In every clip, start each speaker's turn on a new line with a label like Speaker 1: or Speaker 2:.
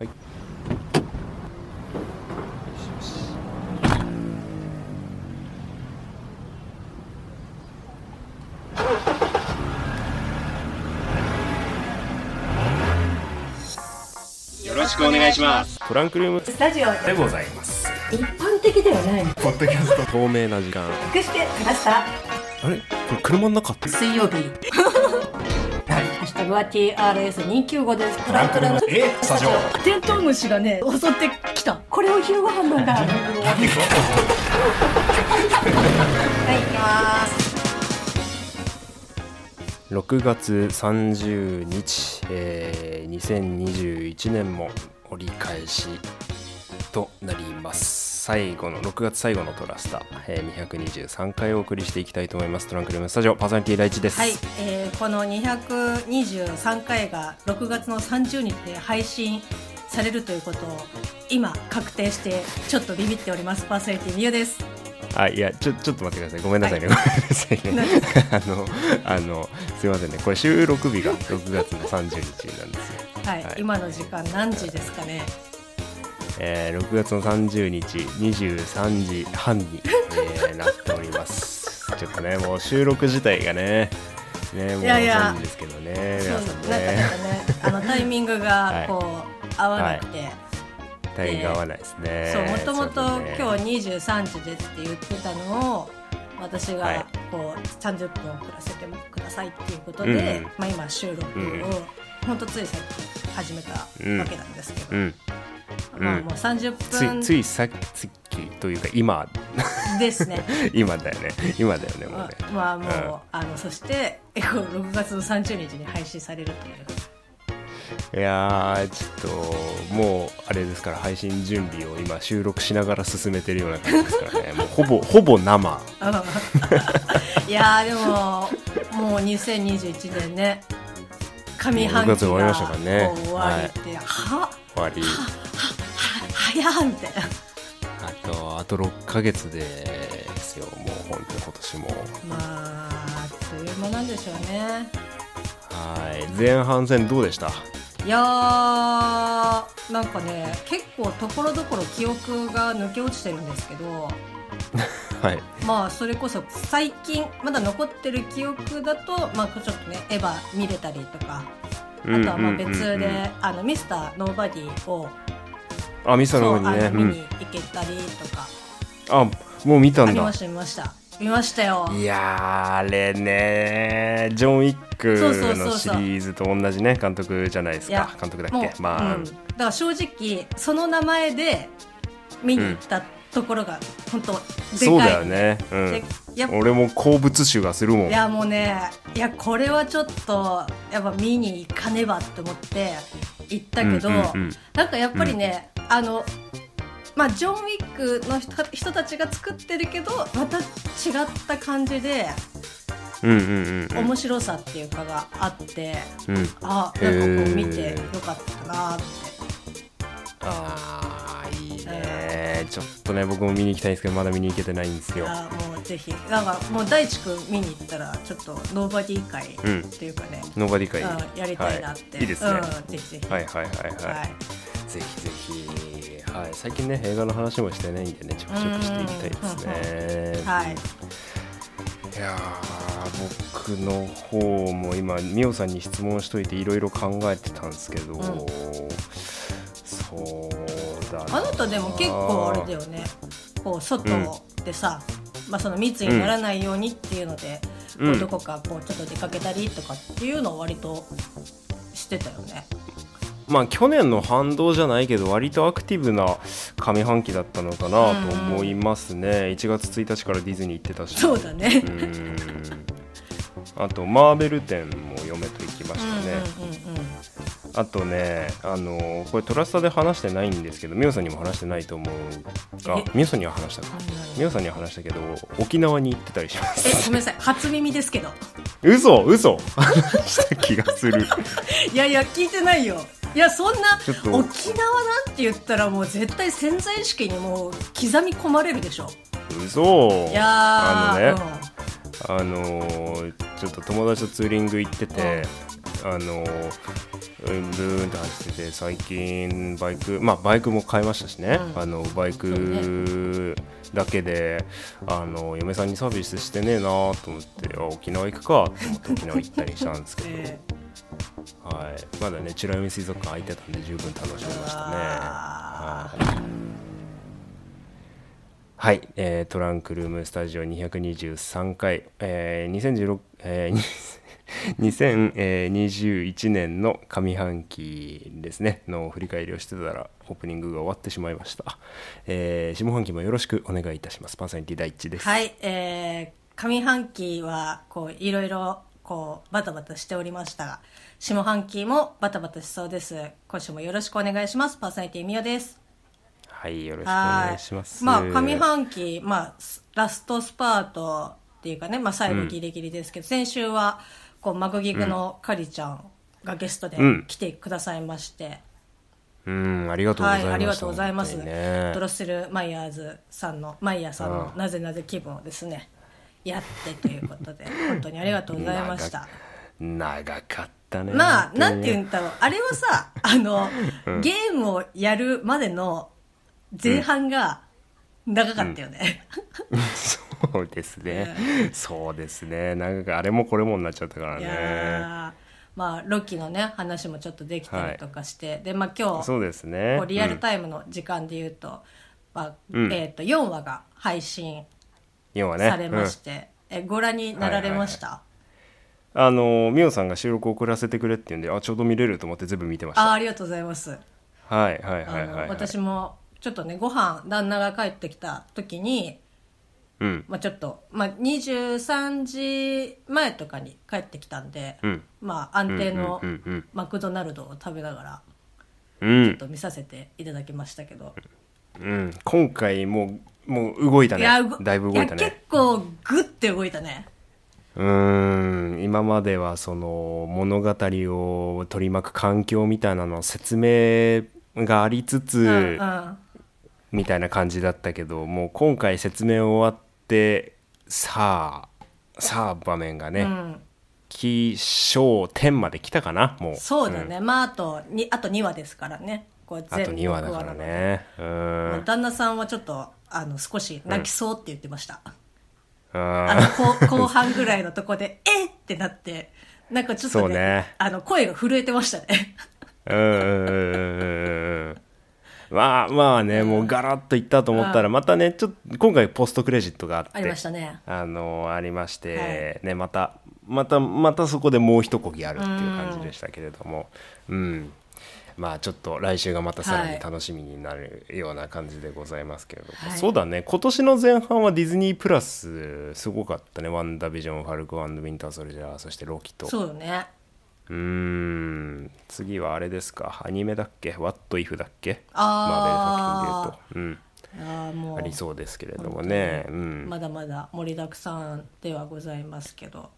Speaker 1: はい
Speaker 2: よろしくお願いします。
Speaker 1: トランクルーム
Speaker 3: スタジオ
Speaker 2: でございます。
Speaker 3: 一般的ではない
Speaker 2: ポッドキャスト。
Speaker 1: 透明な時間
Speaker 3: 隠してきました
Speaker 1: あれこれ車の中って
Speaker 3: 水曜日ハッシュタグは TRS295 ですトランクルーム
Speaker 2: え、スタジオ。
Speaker 4: テントウムシがね襲ってきた
Speaker 3: これを昼ご飯なんだはい行きます
Speaker 1: 6月30日、えー、2021年も折り返しとなります最後の6月最後のトラスタ、えー、223回お送りしていきたいと思いますトランクルームスタジオパーソナリティ第一です、
Speaker 3: はい、えー、この223回が6月の30日で配信されるということを今確定してちょっとビビっておりますパーソナリティみゆです
Speaker 1: あいやちょちょっと待ってくださいごめんなさいね、ごめんなさいねあのあのすいませんねこれ収録日が6月の30日なんですよ
Speaker 3: はい、
Speaker 1: はい
Speaker 3: 今の時間何時ですかね
Speaker 1: えー6月の30日23時半に、えーなっております ちょっとねもう収録自体がねねもう
Speaker 3: いやいや
Speaker 1: 遅いんですけどね
Speaker 3: そ
Speaker 1: 皆
Speaker 3: うなん
Speaker 1: さん
Speaker 3: か
Speaker 1: ね
Speaker 3: ねあのタイミング
Speaker 1: は
Speaker 3: が
Speaker 1: い
Speaker 3: こう、合わなくて、
Speaker 1: タイミング合わないですね
Speaker 3: そうもともと今
Speaker 1: 日
Speaker 3: 日23時でって言ってたのを私
Speaker 1: はい
Speaker 3: がこう30分遅らせてくださいっていうことで、
Speaker 1: うんうん
Speaker 3: まあ、今収録を
Speaker 1: うんうん
Speaker 3: ほんとついさっき始めたわけなんですけど、
Speaker 1: うんうん
Speaker 3: まあ、もう30
Speaker 1: つい
Speaker 3: 分
Speaker 1: ついさっきというか今
Speaker 3: ですね。
Speaker 1: 今だよね今だよねもうね
Speaker 3: まあもう、
Speaker 1: うん
Speaker 3: あのそしてえこう6月の30日に配信されるという
Speaker 1: いやーちょっともうあれですから配信準備を今収録しながら進めてるような感じですからねもうほぼほぼ生
Speaker 3: うん いやーでももう2021年ね上半期
Speaker 1: も
Speaker 3: が
Speaker 1: う六月終わりましたからね
Speaker 3: こう終わりって、はは
Speaker 1: 終わり
Speaker 3: 早んって
Speaker 1: あとあと6ヶ月でですよもう本当に今年も
Speaker 3: まああっという間なんでしょうね
Speaker 1: はい前半戦どうでした
Speaker 3: いやーなんかね結構ところどころ記憶が抜け落ちてるんですけど
Speaker 1: はい
Speaker 3: まあそれこそ最近まだ残ってる記憶だとまあちょっとねエヴァ見れたりとかあとはまあ別で、
Speaker 1: うんうんうんうん
Speaker 3: あのミスターノーバディを
Speaker 1: あミサ
Speaker 3: そ
Speaker 1: の方
Speaker 3: う
Speaker 1: にね
Speaker 3: あの見に行けたりと
Speaker 1: う
Speaker 3: か、
Speaker 1: んあもう見た
Speaker 3: あ
Speaker 1: ん
Speaker 3: りま
Speaker 1: だ
Speaker 3: した見ました見ましたよ
Speaker 1: いやーあれねジョン・ウィック
Speaker 3: そうそうそう
Speaker 1: の
Speaker 3: そう
Speaker 1: シリーズと同じね監督じゃないです
Speaker 3: いや
Speaker 1: か監督だ
Speaker 3: も
Speaker 1: っ
Speaker 3: う
Speaker 1: けまあ、
Speaker 3: うん、だから正直その名前で見に行ったところが本当でかい、
Speaker 1: そうだよね、う
Speaker 3: で
Speaker 1: ん、
Speaker 3: やっぱ
Speaker 1: 俺も好物臭がするもん
Speaker 3: いやもうねいやこれはちょっとやっぱ見に行かねばって思って行ったけど、
Speaker 1: うんうんうん
Speaker 3: なんかやっぱりね、あのまあジョン・ウィックの人人たちが作ってるけどまた違った感じで
Speaker 1: うんうんうん
Speaker 3: 面白さっていうかがあって、
Speaker 1: うんうん
Speaker 3: あ
Speaker 1: へ
Speaker 3: なんかこ
Speaker 1: ー
Speaker 3: う見てよかったなって
Speaker 1: ああいいねちょっとね僕も見に行きたいんですけどまだ見に行けてないんですよ
Speaker 3: あもうぜひなんかもう大地君見に行ったらちょっとノーバディ会っていうかね、
Speaker 1: ノーバディ会
Speaker 3: うんやりたいなっ
Speaker 1: は
Speaker 3: て、
Speaker 1: い、いいですね、
Speaker 3: うん、
Speaker 1: は
Speaker 3: ぜひぜ
Speaker 1: い
Speaker 3: ひ、
Speaker 1: はいはいはい、
Speaker 3: はい
Speaker 1: ぜひぜひはい最近ね映画の話もしてないんでねちょくちょくしていきたいですね
Speaker 3: はい
Speaker 1: いやー僕の方も今ミオさんに質問しといていろいろ考えてたんですけど、
Speaker 3: ん
Speaker 1: そうだ
Speaker 3: あなたでも結構あれだよねこう外でさ、まあ、その密にならないようにっていうので、
Speaker 1: うん
Speaker 3: こうどこかこうちょっと出かけたりとかっていうのを割としてたよね。
Speaker 1: まあ去年の反動じゃないけど割とアクティブな上半期だったのかなと思いますね、1月1日からディズニー行ってたし
Speaker 3: そうだね
Speaker 1: うーんあとマーベル展も嫁と行きま
Speaker 3: う
Speaker 1: し
Speaker 3: ん
Speaker 1: たね、
Speaker 3: うんうんうん
Speaker 1: あとねあのこれトラスタで話してないんですけどミオさんにも話してないと思うが
Speaker 3: え
Speaker 1: ミオさんには話したかミオさんには話したけど沖縄に行ってたりしま
Speaker 3: え
Speaker 1: す
Speaker 3: ごめんなさい初耳ですけど
Speaker 1: 嘘嘘話した気がする
Speaker 3: いやいや聞いてないよいやそんな
Speaker 1: ちょっと
Speaker 3: 沖縄なんて言ったらもう絶対潜在意識にもう刻み込まれるでしょ
Speaker 1: 嘘
Speaker 3: いやー
Speaker 1: あのね
Speaker 3: うん
Speaker 1: あのーちょっと友達とツーリング行ってて、あのうんブーンって走ってて最近バイクまあバイクも買いましたしね、
Speaker 3: うん
Speaker 1: あのバイクだけであの嫁さんにサービスしてねえなと思ってあ沖縄行くかと思って沖縄行ったりしたんですけど、
Speaker 3: え
Speaker 1: はい、まだね美ら海水族館空いてたんで十分楽しめましたね。はいはい、えートランクルームスタジオ223回、えー2016え ー2021年の上半期ですねの振り返りをしてたらオープニングが終わってしまいました、えー下半期もよろしくお願いいたしますパーソナリティ第一です
Speaker 3: はい、えー上半期は、こう、いろいろ、こう、バタバタしておりましたが、下半期もバタバタしそうです。今週もよろしくお願いします。パーソナリティみよです。
Speaker 1: はいよろしくお願いします
Speaker 3: はいまあ、上半期、まあ、スラストスパートっていうかね、まあ、最後ギリギリですけど、先週は、こう、マグギグのカリちゃんがゲストで
Speaker 1: うん
Speaker 3: 来てくださいまして、
Speaker 1: うんありがとうござ
Speaker 3: は
Speaker 1: まし
Speaker 3: いい、
Speaker 1: た、
Speaker 3: ありがとうございます。
Speaker 1: 本当にね
Speaker 3: ドロッセル・マイヤーズさんの、マイヤーさんの
Speaker 1: うん
Speaker 3: なぜなぜ気分をですね、やってということ で、本当にありがとうございました。
Speaker 1: 長長かったね
Speaker 3: まあ、
Speaker 1: 本当
Speaker 3: な
Speaker 1: に
Speaker 3: んて言うんだろう。あれ はさ、あの、ゲームをやるまでの前半が長かったよね。
Speaker 1: そうですね、そうですねなんかあれもこれもになっちゃったから
Speaker 3: い
Speaker 1: ね
Speaker 3: やーまあ、ロッキーのね、話もちょっとできたりとかして、で、まあ今日、
Speaker 1: そうですね
Speaker 3: こうリアルタイムの時間で言うと、まあ
Speaker 1: うん
Speaker 3: えっ、と、4話が配信
Speaker 1: イムはね
Speaker 3: されまして、えご覧になられました、
Speaker 1: うんあのミオさんが収録を送らせてくれって言うんであちょうど見れると思って全部見てまし
Speaker 3: あー
Speaker 1: た
Speaker 3: ありがとうございます、
Speaker 1: はいはいはい
Speaker 3: あ
Speaker 1: は
Speaker 3: の
Speaker 1: いはい
Speaker 3: 私もちょっとねご飯旦那が帰ってきた時に、
Speaker 1: うん
Speaker 3: まあ、ちょっと、まあ、23時前とかに帰ってきたんで、
Speaker 1: うん
Speaker 3: まあ、安定の
Speaker 1: うんうんうん
Speaker 3: マクドナルドを食べながら
Speaker 1: う
Speaker 3: ちょっ
Speaker 1: ん、
Speaker 3: と見させていただきましたけど、
Speaker 1: うん、今回もうもう動いたね
Speaker 3: やご
Speaker 1: だいぶ動いた
Speaker 3: や結
Speaker 1: ね
Speaker 3: 構グッて動いたね
Speaker 1: うーん今まではその物語を取り巻く環境みたいなの説明がありつつ、
Speaker 3: うんうん
Speaker 1: みたいな感じだったけどもう今回説明終わってさあさあ場面が
Speaker 3: う
Speaker 1: ね
Speaker 3: ん
Speaker 1: 「起承天」まで来たかなもう
Speaker 3: そうだね、まああとにあと2話ですからねこう
Speaker 1: うんあと2話だ
Speaker 3: 六
Speaker 1: から
Speaker 3: なので
Speaker 1: ねう
Speaker 3: まあ
Speaker 1: ん
Speaker 3: 旦那さんはちょっとあの少し泣きそうって言ってました、あの
Speaker 1: あ
Speaker 3: 後後半ぐらいのとこで「えっ!」てなってなんかちょっと
Speaker 1: そ
Speaker 3: ね
Speaker 1: うね
Speaker 3: あの声が震えてましたね
Speaker 1: うんうんうんうんうんうんまあまあねもうガラッといったと思ったらまたねちょっと今回ポストクレジットがあって
Speaker 3: ありましたね
Speaker 1: あのありまして、ねまたまたまたそこでもう一こぎあるっていう感じでしたけれどもうん、まあちょっと来週がまたさら
Speaker 3: は
Speaker 1: に
Speaker 3: い
Speaker 1: 楽しみになるような感じでございますけれども、
Speaker 3: はい
Speaker 1: そうだね今年の前半はディズニープラスすごかったね「ワンダービジョン」「ファルコンウィンター・ソルジャー」そして「ロキと」
Speaker 3: そうよね
Speaker 1: うーん次はあれですかアニメだっけ「What If」だっけマーベル
Speaker 3: あ
Speaker 1: 作品でいうと、
Speaker 3: ああ
Speaker 1: う
Speaker 3: も
Speaker 1: ん、あり
Speaker 3: う
Speaker 1: そうですけれどもね、うん、
Speaker 3: まだまだ盛りだくさんではございますけど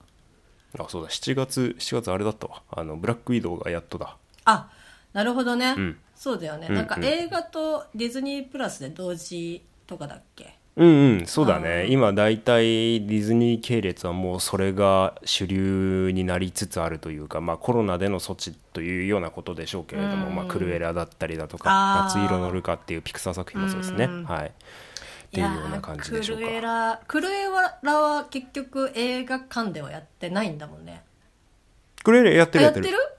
Speaker 1: あそうだ7月7月あれだったわあのブラックウィドウがやっとだ
Speaker 3: あなるほどね、
Speaker 1: ん
Speaker 3: そうだよね、
Speaker 1: ん
Speaker 3: なんか映画とディズニープラスで同時とかだっけ
Speaker 1: うんうんそうだね今大体ディズニー系列はもうそれが主流になりつつあるというか、まあ、コロナでの措置というようなことでしょうけれども、まあ、クルエラだったりだとか
Speaker 3: あ
Speaker 1: 「
Speaker 3: ー
Speaker 1: 夏色のルカ」っていうピクサー作品もそうですね、はいっていうような感じでしょう
Speaker 3: いやークルエ
Speaker 1: か
Speaker 3: ラクルエラは結局映画館ではやってないんだもんね
Speaker 1: クルエラやってる
Speaker 3: あ
Speaker 1: や
Speaker 3: や
Speaker 1: っ
Speaker 3: ってて
Speaker 1: る
Speaker 3: る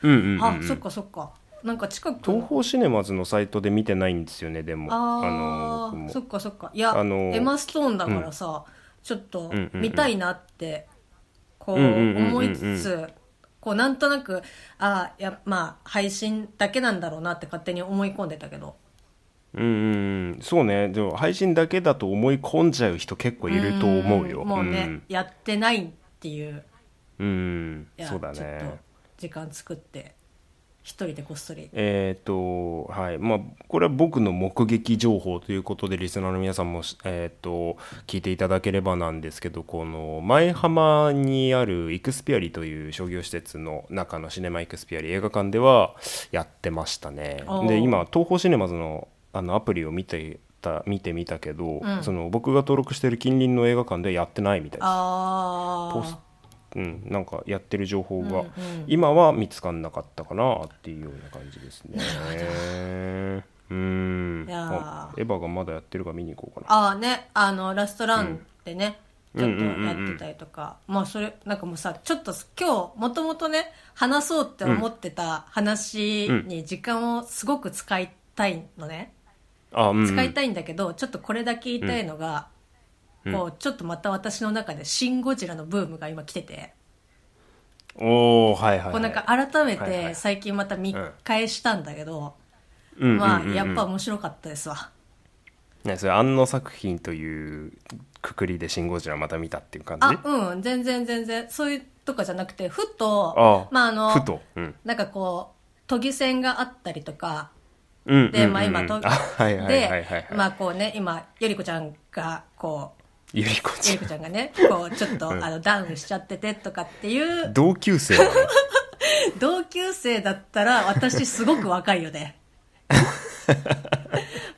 Speaker 1: うんうんうん、
Speaker 3: あそっかそっかなんか近く
Speaker 1: 東
Speaker 3: の
Speaker 1: 宝シネマズのサイトで見てないんですよねでもの
Speaker 3: あ
Speaker 1: 僕
Speaker 3: あ
Speaker 1: も
Speaker 3: そっかそっかいや、
Speaker 1: あのー
Speaker 3: エマ・ストーンだからさ、ちょっと
Speaker 1: んうんうん
Speaker 3: 見たいなってこう
Speaker 1: うんうんうんうんうん
Speaker 3: 思いつつこうなんとなくあーいやまあ配信だけなんだろうなって勝手に思い込んでたけど
Speaker 1: うんうんうんそうねでも配信だけだと思い込んじゃう人結構いると思うよ
Speaker 3: んもうね、やってないっていう
Speaker 1: うん、うん
Speaker 3: いや
Speaker 1: そうだ
Speaker 3: ちょっと
Speaker 1: ね
Speaker 3: 時間作って一人でこっそり
Speaker 1: えっ、とはいまあこれは僕の目撃情報ということでリスナーの皆さんもし、えー、と聞いていただければなんですけどこの舞浜にあるイクスピアリという商業施設の中のシネマイクスピアリ映画館ではやってましたね
Speaker 3: おー
Speaker 1: で今東宝シネマズのあのアプリを見てた見てみたけど、
Speaker 3: うん
Speaker 1: その僕が登録している近隣の映画館ではやってないみたいです
Speaker 3: あ
Speaker 1: ポス
Speaker 3: あ
Speaker 1: うん、なんかやってる情報
Speaker 3: うん
Speaker 1: が、
Speaker 3: うん
Speaker 1: 今は見つかんなかったかなっていうような感じです ね。うん
Speaker 3: いやー
Speaker 1: あエヴァがまだやってるから見に行こうかな。
Speaker 3: ああねあのラストランでね、
Speaker 1: うん
Speaker 3: ちょっとやってたりとか、まあそれなんかもうさちょっと今日もともとね話そうって思ってた話に時間をすごく使いたいのね、
Speaker 1: あ、うんうん、
Speaker 3: 使いたいんだけどちょっとこれだけ言いたいのが、
Speaker 1: うん
Speaker 3: こうちょっとまた私の中で「シン・ゴジラ」のブームが今来てて、
Speaker 1: おおはいはい、はい。
Speaker 3: こうなんか改め
Speaker 1: はいは
Speaker 3: て
Speaker 1: い
Speaker 3: 最近また見返したんだけど、
Speaker 1: うんうんうん
Speaker 3: まあやっぱ面白かったですわ。
Speaker 1: ね、それ安野作品というくくりで「シン・ゴジラ」また見たっていう感じ
Speaker 3: あうん全然全然そういうとかじゃなくてふと
Speaker 1: ああ
Speaker 3: まああの
Speaker 1: ふと、うん、
Speaker 3: なんかこう都議選があったりとか
Speaker 1: うんうん
Speaker 3: で、
Speaker 1: うん
Speaker 3: まあ今と、
Speaker 1: あはいはいはいはいはい
Speaker 3: で、まあこうね、今、ゆりこちゃんが、こう、
Speaker 1: ゆりこち
Speaker 3: ゆ
Speaker 1: ゃ
Speaker 3: り
Speaker 1: ん
Speaker 3: こちゃんがね、こう、ちょっと、あの、ダウンしちゃっててとかっていう、
Speaker 1: 同級生なの
Speaker 3: 同級生だったら、私すごく若い よね。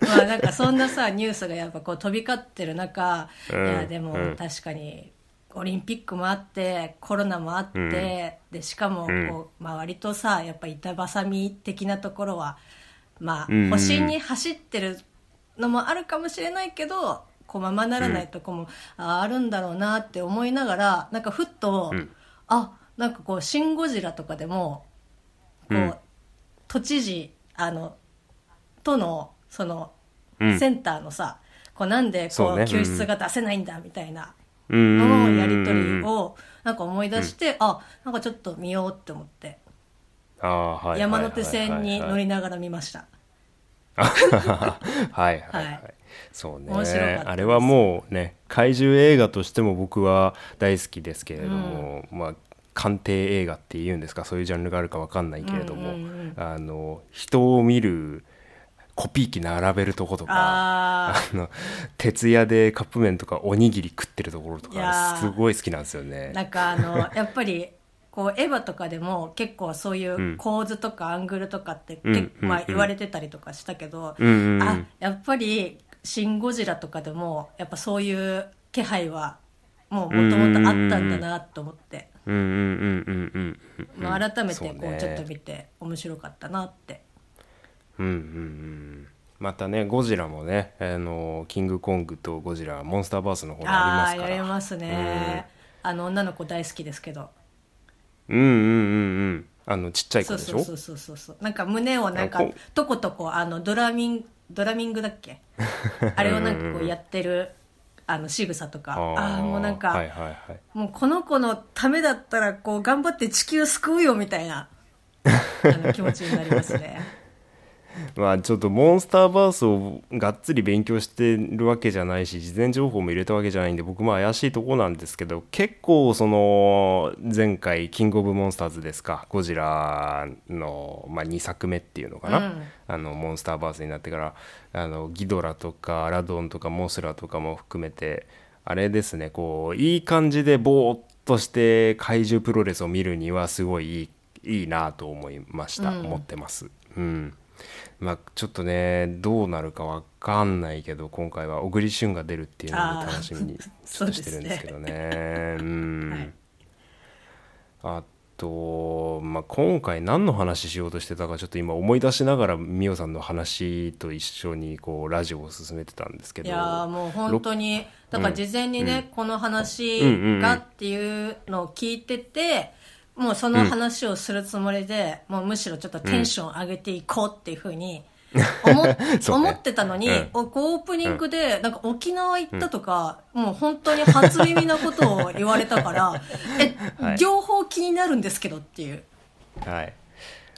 Speaker 3: まあなんかそんなさ、ニュースがやっぱこう飛び交ってる中、
Speaker 1: うん
Speaker 3: いや、でも
Speaker 1: うん
Speaker 3: 確かに、オリンピックもあって、コロナもあって、
Speaker 1: うん
Speaker 3: で、しかも、こう、
Speaker 1: うん
Speaker 3: まあ割とさ、やっぱ板挟み的なところは、まあ、
Speaker 1: うん
Speaker 3: 保身に走ってるのもあるかもしれないけどこうままならないとこもああるんだろうなって思いながらなんかふっと、
Speaker 1: うん
Speaker 3: あなんかこう「シン・ゴジラ」とかでもこう、
Speaker 1: うん
Speaker 3: 都知事あのとのその
Speaker 1: うん
Speaker 3: センターのさ、こうなんでこ
Speaker 1: そう
Speaker 3: う
Speaker 1: ね
Speaker 3: 救出が出せないんだみたいな
Speaker 1: うん
Speaker 3: のの
Speaker 1: うん
Speaker 3: やり取りをなんか思い出して、あなんかちょっと見ようって思って
Speaker 1: あーはいはいはいはい
Speaker 3: 山手線に乗りながら見ました。
Speaker 1: はいはいはい、
Speaker 3: はい
Speaker 1: そうね
Speaker 3: 面白かったです
Speaker 1: あれはもうね怪獣映画としても僕は大好きですけれども、まあ鑑定映画っていうんですかそういうジャンルがあるかわかんないけれども、
Speaker 3: うんうんうん
Speaker 1: あの人を見るコピー機並べるとことかあ
Speaker 3: あー
Speaker 1: の徹夜でカップ麺とかおにぎり食ってるところと
Speaker 3: いや
Speaker 1: か
Speaker 3: ー
Speaker 1: すごい好きなんですよね。
Speaker 3: なんかあ のやっぱりこうエヴァとかでも結構そういうんう構図とかアングルとかって、
Speaker 1: うん
Speaker 3: 結構ま
Speaker 1: うんう
Speaker 3: あ
Speaker 1: ん
Speaker 3: 言われてたりとかしたけど、
Speaker 1: うんうんうん
Speaker 3: あやっぱり「シン・ゴジラ」とかでもやっぱそういう気配はもうもともとあったんだなと思って、
Speaker 1: うんうんうんうんうんうん
Speaker 3: まあ、改めて
Speaker 1: そ
Speaker 3: こ
Speaker 1: う
Speaker 3: う
Speaker 1: ね
Speaker 3: ちょっと見て面白かったなって。
Speaker 1: うんうんうんまたねゴジラもねあのキングコングとゴジラモンスターバースの方に
Speaker 3: あ
Speaker 1: あ
Speaker 3: あ
Speaker 1: りま
Speaker 3: ー
Speaker 1: すか
Speaker 3: や
Speaker 1: ら
Speaker 3: りますね、あの女の子大好きですけど
Speaker 1: うんうんうんうんあのちっちゃい子
Speaker 3: そう
Speaker 1: でし
Speaker 3: そ
Speaker 1: ょ
Speaker 3: うそうそうそうそうなんか胸をなんか
Speaker 1: あこう
Speaker 3: とことこあのドラミンドラミングだっ けあれをなんかこうやってるあの仕草とかああ
Speaker 1: ー
Speaker 3: もうなんか、
Speaker 1: はいはいはい
Speaker 3: もうこの子のためだったらこう頑張って地球救うよみたいなあの気持ちになりますね
Speaker 1: まあちょっとモンスターバースをがっつり勉強してるわけじゃないし事前情報も入れたわけじゃないんで僕も怪しいとこなんですけど結構その前回「キングオブモンスターズ」ですかゴジラの、まあ、2作目っていうのかな、
Speaker 3: うん
Speaker 1: あのモンスターバースになってからあのギドラとかラドンとかモスラとかも含めてあれですねこういい感じでぼーっとして怪獣プロレスを見るにはすごいいいいいなと思いました、
Speaker 3: うん
Speaker 1: 思ってます。うんまあ、ちょっとねどうなるかわかんないけど今回は小栗旬が出るっていうの
Speaker 3: あ
Speaker 1: で
Speaker 3: ー
Speaker 1: 楽しみにちょっとしてるんですけどね。 うん
Speaker 3: はい
Speaker 1: あと、まあ、今回何の話しようとしてたかちょっと今思い出しながら美桜さんの話と一緒にこうラジオを進めてたんですけ
Speaker 3: い
Speaker 1: ど
Speaker 3: やーもう本当にだから事前にね、この話
Speaker 1: うんうんうん
Speaker 3: がっていうのを聞いててもうその話をするつもりで、もうむしろちょっとテンション上げていこうっていうふうに思, 、
Speaker 1: そうね
Speaker 3: 思ってたのに、
Speaker 1: うん
Speaker 3: おこうオープニングでなんか沖縄行ったとか、もう本当に初耳なことを言われたから え、
Speaker 1: はい
Speaker 3: 両方気になるんですけどっていう。
Speaker 1: はい、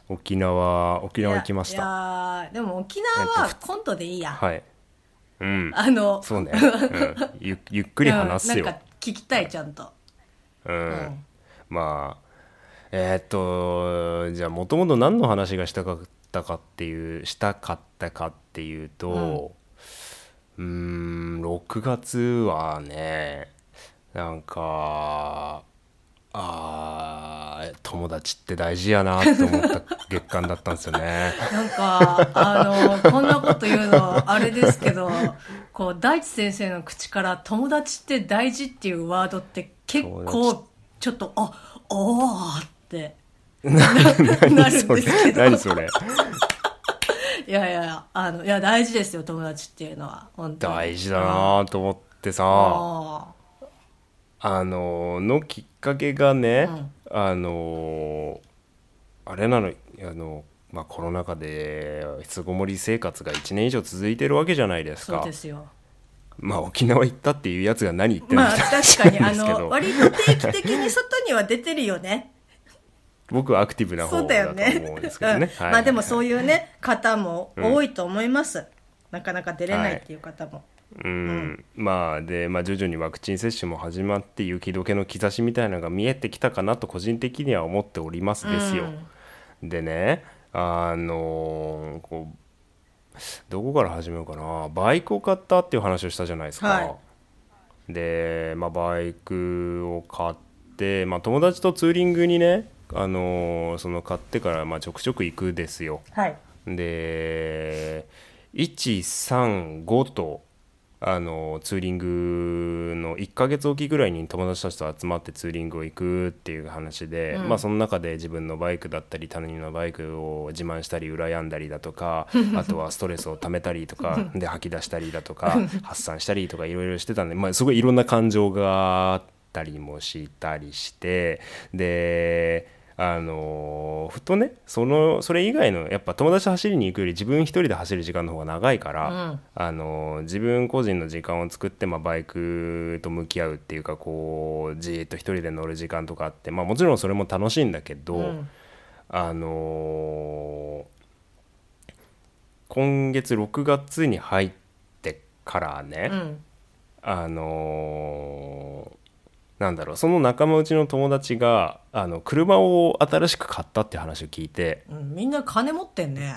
Speaker 1: 沖縄沖縄行きまし
Speaker 3: いや
Speaker 1: た。
Speaker 3: いやーでも沖縄
Speaker 1: えっ
Speaker 3: は今度でいいや。
Speaker 1: はい、うん
Speaker 3: あの
Speaker 1: そうね、うんゆ ゆっくり話す
Speaker 3: うん
Speaker 1: よ
Speaker 3: なん。か聞きたいちゃんと。
Speaker 1: うん
Speaker 3: ん
Speaker 1: まあえーっとじゃあもともと何の話がしたかったかっていうしたかったかっていうとうーん6月はねなんかあー友達って大事やなって思った月間だったんですよ ね。
Speaker 3: なんか、あの、こんなこと言うの、あれですけど、こう、大地先生の口から、友達って大事っていうワードって結
Speaker 1: 友達
Speaker 3: 構ちょっとあおーってな
Speaker 1: 何
Speaker 3: るん
Speaker 1: そ
Speaker 3: で
Speaker 1: れ
Speaker 3: すけど
Speaker 1: 何それ
Speaker 3: いやいやいやあのいや大事ですよ友達っていうのは本当に
Speaker 1: 大事だなと思ってさ
Speaker 3: あ
Speaker 1: あののきっかけがね、
Speaker 3: うん
Speaker 1: あのあれなのあの、まあ、コロナ禍で引きこもり生活が1年以上続いてるわけじゃないです
Speaker 3: そう
Speaker 1: か
Speaker 3: ですよ
Speaker 1: まあ沖縄行ったっていうやつが何言ってるの
Speaker 3: まあ
Speaker 1: か
Speaker 3: 確かに
Speaker 1: な
Speaker 3: あ
Speaker 1: んですけど
Speaker 3: の割と定期的に外には出てるよね
Speaker 1: 僕はアクティブな
Speaker 3: そ
Speaker 1: 方
Speaker 3: うだ
Speaker 1: だと
Speaker 3: よね
Speaker 1: 思うんですけどね
Speaker 3: うんまあでもそう
Speaker 1: いう
Speaker 3: いうね方も多いと思います、なかなか出れないっていう方も、
Speaker 1: うんまあで、まあ、徐々にワクチン接種も始まって雪解けの兆しみたいなのが見えてきたかなと個人的には思っておりますですよ、でねあのーこうどこから始めようかなバイクを買ったっていう話をしたじゃないですか、
Speaker 3: は
Speaker 1: で、まあ、バイクを買って、まあ、友達とツーリングにね、あのーその買ってから、まあ、ちょくちょく行くですよ
Speaker 3: はい
Speaker 1: で135とあのツーリングの1ヶ月おきぐらいに友達たちと集まってツーリングを行くっていう話で、
Speaker 3: うん
Speaker 1: まあその中で自分のバイクだったり他人のバイクを自慢したり羨んだりだと かあとはストレスを溜めたりとかで吐き出したりだとか発散したりとかいろいろしてたんで、まあ、すごいいろんな感情があったりもしたりしてであのふとねそのそれ以外のやっぱ友達と走りに行くより自分一人で走る時間の方が長いから、
Speaker 3: うん
Speaker 1: あの自分個人の時間を作って、まあ、バイクと向き合うっていうかこうじーっと一人で乗る時間とかあって、まあ、もちろんそれも楽しいんだけど、
Speaker 3: うん
Speaker 1: あのー今月6月に入ってからね、
Speaker 3: うん
Speaker 1: あのーなんだろうその仲間内の友達があの車を新しく買ったって話を聞いて
Speaker 3: うん、みんな金持ってんね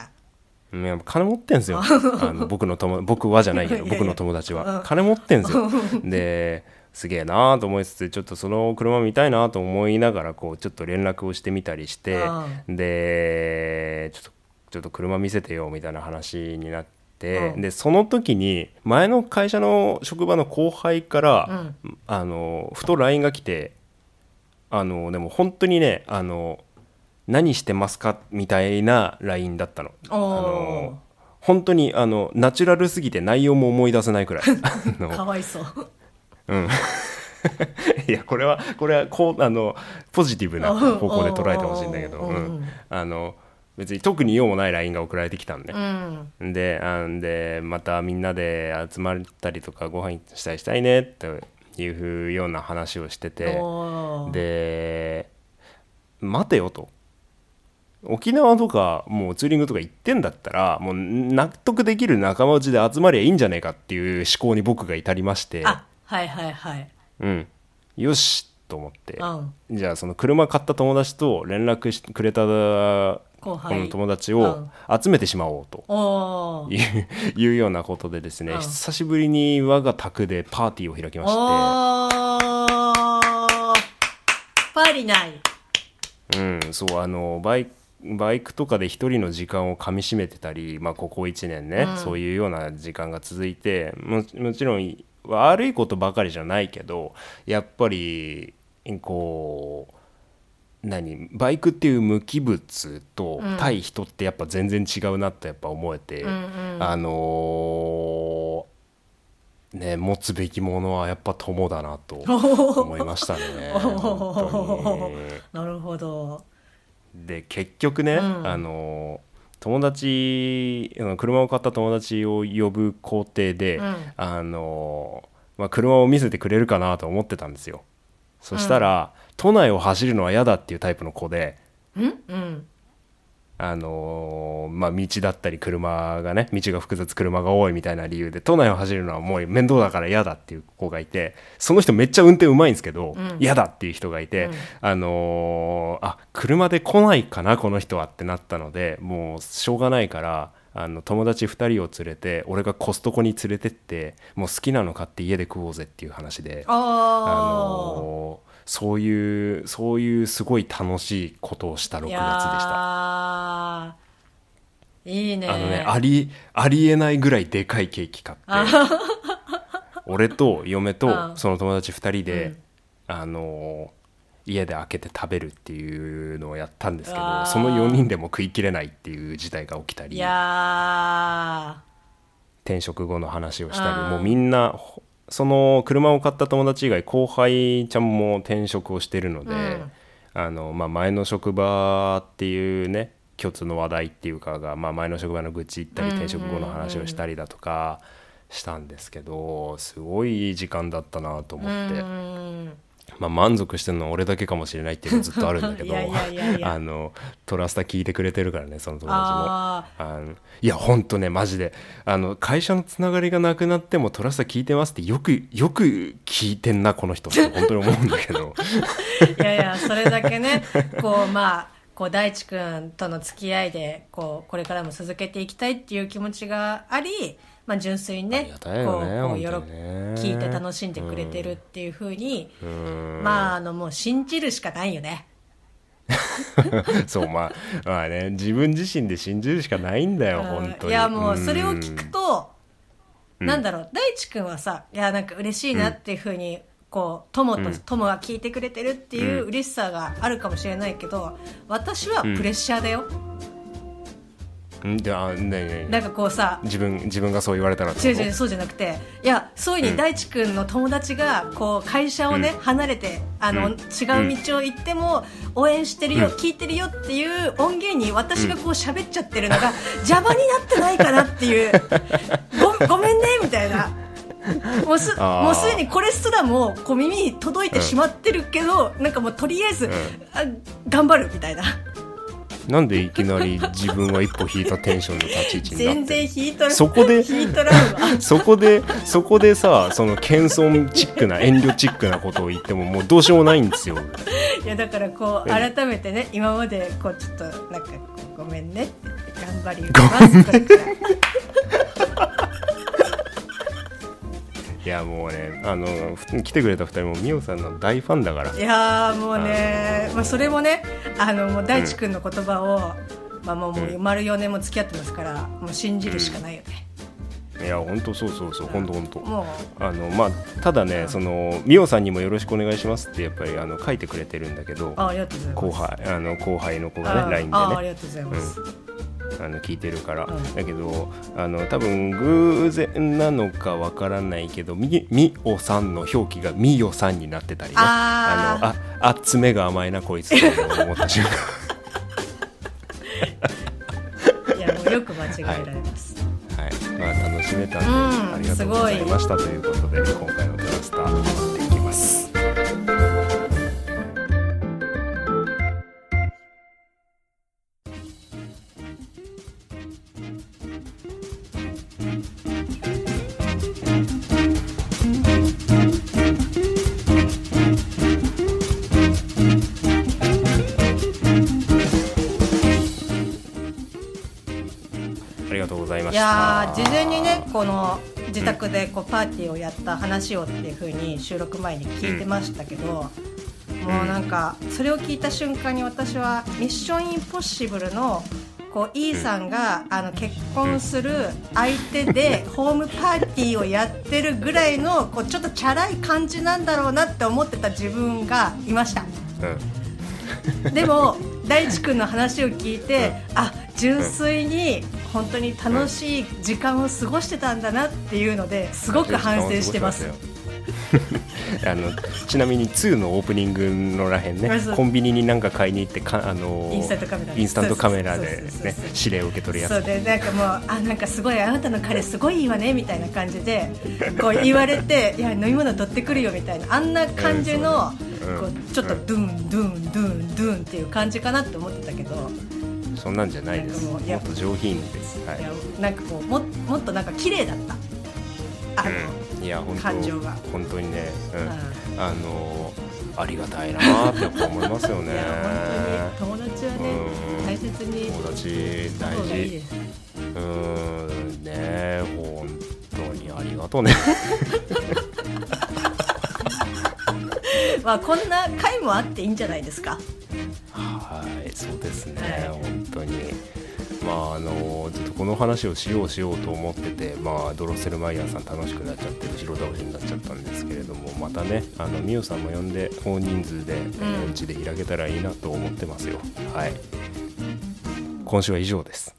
Speaker 1: うんやっぱ金持ってんす よあの僕の友僕はじゃないけど
Speaker 3: いやいや
Speaker 1: 僕の友達
Speaker 3: うん
Speaker 1: は金持ってんす よですげえなーと思いつつちょっとその車見たいなと思いながらこうちょっと連絡をしてみたりしてでちょっとちょっと車見せてよみたいな話になって。
Speaker 3: うん
Speaker 1: でその時に前の会社の職場の後輩から、あのふと LINE が来てあのでも本当にねあの何してますかみたいな LINE だったのあ
Speaker 3: おー
Speaker 1: の本当にあのナチュラルすぎて内容も思い出せないくらい あの
Speaker 3: かわいそう
Speaker 1: いやこれはこれはこうあのポジティブな方向で捉えてほしいんだけど、
Speaker 3: う
Speaker 1: うんん、あの別に特に用もない LINE が送られてきたんで、
Speaker 3: うん
Speaker 1: であんでまたみんなで集まったりとかご飯したりしたいねっていうふうような話をしてて
Speaker 3: おー
Speaker 1: で待てよと沖縄とかもうツーリングとか行ってんだったらもう納得できる仲間内で集まりゃいいんじゃねえかっていう思考に僕が至りまして、
Speaker 3: あはいはいはい
Speaker 1: うん、よしと思って
Speaker 3: うん
Speaker 1: じゃあその車買った友達と連絡してくれたこ
Speaker 3: 後輩
Speaker 1: の友達
Speaker 3: う
Speaker 1: を
Speaker 3: ん
Speaker 1: 集めてしまおうと。
Speaker 3: おー
Speaker 1: いういうようなことでですね、
Speaker 3: うん
Speaker 1: 久しぶりに我が宅でパーティーを開きまし
Speaker 3: おーパリない
Speaker 1: て、うん、そうあのバイバイクとかで一人の時間をかみしめてたり、まあ、ここ1年ね、
Speaker 3: うん
Speaker 1: そういうような時間が続いてももちろん悪いことばかりじゃないけどやっぱりこう何バイクっていう無機物と
Speaker 3: うん
Speaker 1: 対人ってやっぱ全然違うなってやっぱ思えて、
Speaker 3: うんうん
Speaker 1: あのーね持つべきものはやっぱ友だなと思いま したね。本当に
Speaker 3: なるほど
Speaker 1: で結局ね、
Speaker 3: うん
Speaker 1: あの友達あの車を買った友達を呼ぶ工程で、
Speaker 3: うん
Speaker 1: あのまあ、車を見せてくれるかなと思ってたんですよそしたら、都内を走るのは嫌だっていうタイプの子で
Speaker 3: うんうん
Speaker 1: あのまあ、道だったり車がね道が複雑車が多いみたいな理由で都内を走るのはもう面倒だから嫌だっていう子がいてその人めっちゃ運転うまいんですけど、
Speaker 3: うん
Speaker 1: 嫌だっていう人がいて、
Speaker 3: うん
Speaker 1: あのーあ車で来ないかなこの人はってなったのでもうしょうがないからあの友達2人を連れて俺がコストコに連れてってもう好きなの買って家で食おうぜっていう話で。あ
Speaker 3: あ
Speaker 1: のーそういうそういうすごい楽しいことをした6
Speaker 3: ー
Speaker 1: 月
Speaker 3: い
Speaker 1: で
Speaker 3: や
Speaker 1: した。
Speaker 3: ーいいね
Speaker 1: あのね、あり、ありえないぐらいでかいケーキ 買って、俺と嫁
Speaker 3: う
Speaker 1: と
Speaker 3: ん
Speaker 1: その友達2人で、
Speaker 3: うん
Speaker 1: あのー家で開けて食べるっていうのをやったんですけ
Speaker 3: う
Speaker 1: ど
Speaker 3: わー
Speaker 1: その4人でも食いきれないっていう事態が起きた
Speaker 3: い
Speaker 1: り
Speaker 3: や
Speaker 1: 転職後の話をした
Speaker 3: あー
Speaker 1: りもうみんなほその車を買った友達以外後輩ちゃんも転職をしてるので、
Speaker 3: うん
Speaker 1: あのまあ、前の職場っていうね共通の話題っていうかが、まあ、前の職場の愚痴言ったり転職後の話をしたりだとかしたんですけどすごいいい時間だったなと思
Speaker 3: ー
Speaker 1: っ
Speaker 3: う
Speaker 1: て。
Speaker 3: ーん
Speaker 1: まあ、満足してるのは俺だけかもしれないっていうのずっとあるんだけど
Speaker 3: いやいやいやいや
Speaker 1: あのトラスタ聞いてくれてるからねその友達も
Speaker 3: あ
Speaker 1: あのいやほんとねマジであの会社のつながりがなくなってもトラスタ聞いてますってよくよく聞いてんなこの人って本当に思うんだけど
Speaker 3: いやいやそれだけね こうまあこう大地君との付き合いでこうこれからも続けていきたいっていう気持ちがあり、まあ、純粋に
Speaker 1: あ
Speaker 3: ね
Speaker 1: りがたいよね
Speaker 3: こうこう
Speaker 1: 本
Speaker 3: よ
Speaker 1: 当
Speaker 3: ろ
Speaker 1: にね
Speaker 3: 聞いて楽しんでくれてるっていうふうに、
Speaker 1: うん
Speaker 3: まああのもう信じるしかないよね
Speaker 1: そうまあまあね自分自身で信じるしかないんだよ
Speaker 3: うん
Speaker 1: 本当に
Speaker 3: いやもうそれを聞くと、
Speaker 1: うん
Speaker 3: なんだろう大地君はさいやなんか嬉しいなっていうふうに、こう友と友が聞いてくれてるっていう嬉しさがあるかもしれないけど私はプレッシャーだよ、
Speaker 1: うんじゃあねね
Speaker 3: なんかこうさ
Speaker 1: 自分自分がそう言われたらって
Speaker 3: 違う
Speaker 1: こと
Speaker 3: 違うそうじゃなくていやそういうに大地君の友達がこう会社をね、離れてあの、
Speaker 1: うん
Speaker 3: 違う道を行っても応援してるよ、聞いてるよっていう音源に私がこう喋っちゃってるのが、邪魔になってないかなっ ていうごごめんねみたいな。もうす
Speaker 1: あー
Speaker 3: もうすでにこれすらもこう耳に届いてしまってるけど、なんかもうとりあえず、
Speaker 1: ん
Speaker 3: あ頑張るみたいな
Speaker 1: なんでいきなり自分は一歩引いたテンションの立ち位置になって
Speaker 3: 全然引いとら
Speaker 1: そこで
Speaker 3: 引いとらんわ
Speaker 1: そこでそこでさその謙遜チックな遠慮チックなことを言ってももうどうしようもないんですよ
Speaker 3: いやだからこう改めてね今までこうちょっとなんかこうごめんねって頑張りますこれから
Speaker 1: いやもうねあのふ来てくれた二人もミオさんの大ファンだから
Speaker 3: いやーもうねまあそれもねあのもう大地君の言葉を、まあもうもう丸4年も付き合ってますからもう信じるしかないよね、
Speaker 1: いや本当そうそうそう本当本当
Speaker 3: もう
Speaker 1: あのまあただねそのミオさんにもよろしくお願いしますってやっぱりあの書いてくれてるんだけど
Speaker 3: あありがとうございます
Speaker 1: 後輩あの後輩の子が
Speaker 3: あ
Speaker 1: ね LINE で
Speaker 3: ああ
Speaker 1: ね
Speaker 3: りがとうございます、
Speaker 1: あの聞いてるから、
Speaker 3: うん
Speaker 1: だけどあの多分偶然なのかわからないけどみみおさんの表記がみよさんになってたりね
Speaker 3: あー
Speaker 1: のああ爪が甘いなこいつって思った 瞬間
Speaker 3: いやもうよく間違えられます、
Speaker 1: はいまあ楽しめたんで、
Speaker 3: うん
Speaker 1: ありがとうござい
Speaker 3: すごい
Speaker 1: ましたということで今回の「ドラスター」終わっていきます。ありがとうございま
Speaker 3: い
Speaker 1: した
Speaker 3: やー事前にねこの自宅でこうパーティーをやった話をっていう風に収録前に聞いてましたけど、もうなんかそれを聞いた瞬間に私は「ミッションインポッシブルの」こう E さんがあの結婚する相手でホームパーティーをやってるぐらいのこうちょっとチャラい感じなんだろうなって思ってた自分がいました。
Speaker 1: うん
Speaker 3: でも大地君の話を聞いて、あ純粋に本当に楽しい時間を過ごしてたんだなっていうのですごく反省してます。
Speaker 1: あのちなみに2のオープニングのらへんね
Speaker 3: そう
Speaker 1: コンビニに何か買いに行ってかあの
Speaker 3: インスタントカメラで
Speaker 1: インスタントカメラで
Speaker 3: そうそうそう
Speaker 1: ね
Speaker 3: そう
Speaker 1: 指令を受け取るや
Speaker 3: そう
Speaker 1: つ
Speaker 3: でなんかもうあなんかすごいあなたの彼すごいいいわねみたいな感じでこう言われていや飲み物取ってくるよみたいなあんな感じの、
Speaker 1: うんそ
Speaker 3: こ
Speaker 1: うねうん
Speaker 3: うちょっとドゥンドゥンドゥンドゥンっていう感じかなって思ってたけど、
Speaker 1: そんなんじゃないです
Speaker 3: なん
Speaker 1: も
Speaker 3: かもういや
Speaker 1: っと上品ですはい
Speaker 3: や
Speaker 1: い
Speaker 3: なんかこうももっとなんか綺麗だった。あの、
Speaker 1: いや本
Speaker 3: 感情が
Speaker 1: 当本当にね
Speaker 3: う
Speaker 1: うんあのありがたいなーってやっぱ思いますよね
Speaker 3: いや本当に友達はね
Speaker 1: うん
Speaker 3: 大切に
Speaker 1: 友達
Speaker 3: した
Speaker 1: 大
Speaker 3: 方がいい
Speaker 1: 事
Speaker 3: です
Speaker 1: うーんね本当にありがとうね
Speaker 3: まあこんな回もあっていいんじゃないですか。
Speaker 1: はいそうですね、
Speaker 3: はい
Speaker 1: 本当にまああのずっとこの話をしようしようと思ってて、まあ、ドロッセルマイヤーさん楽しくなっちゃって後ろ倒しになっちゃったんですけれどもまたねあのミュウさんも呼んで大人数で、えー
Speaker 3: うん
Speaker 1: うちで開けたらいいなと思ってますよはい今週は以上です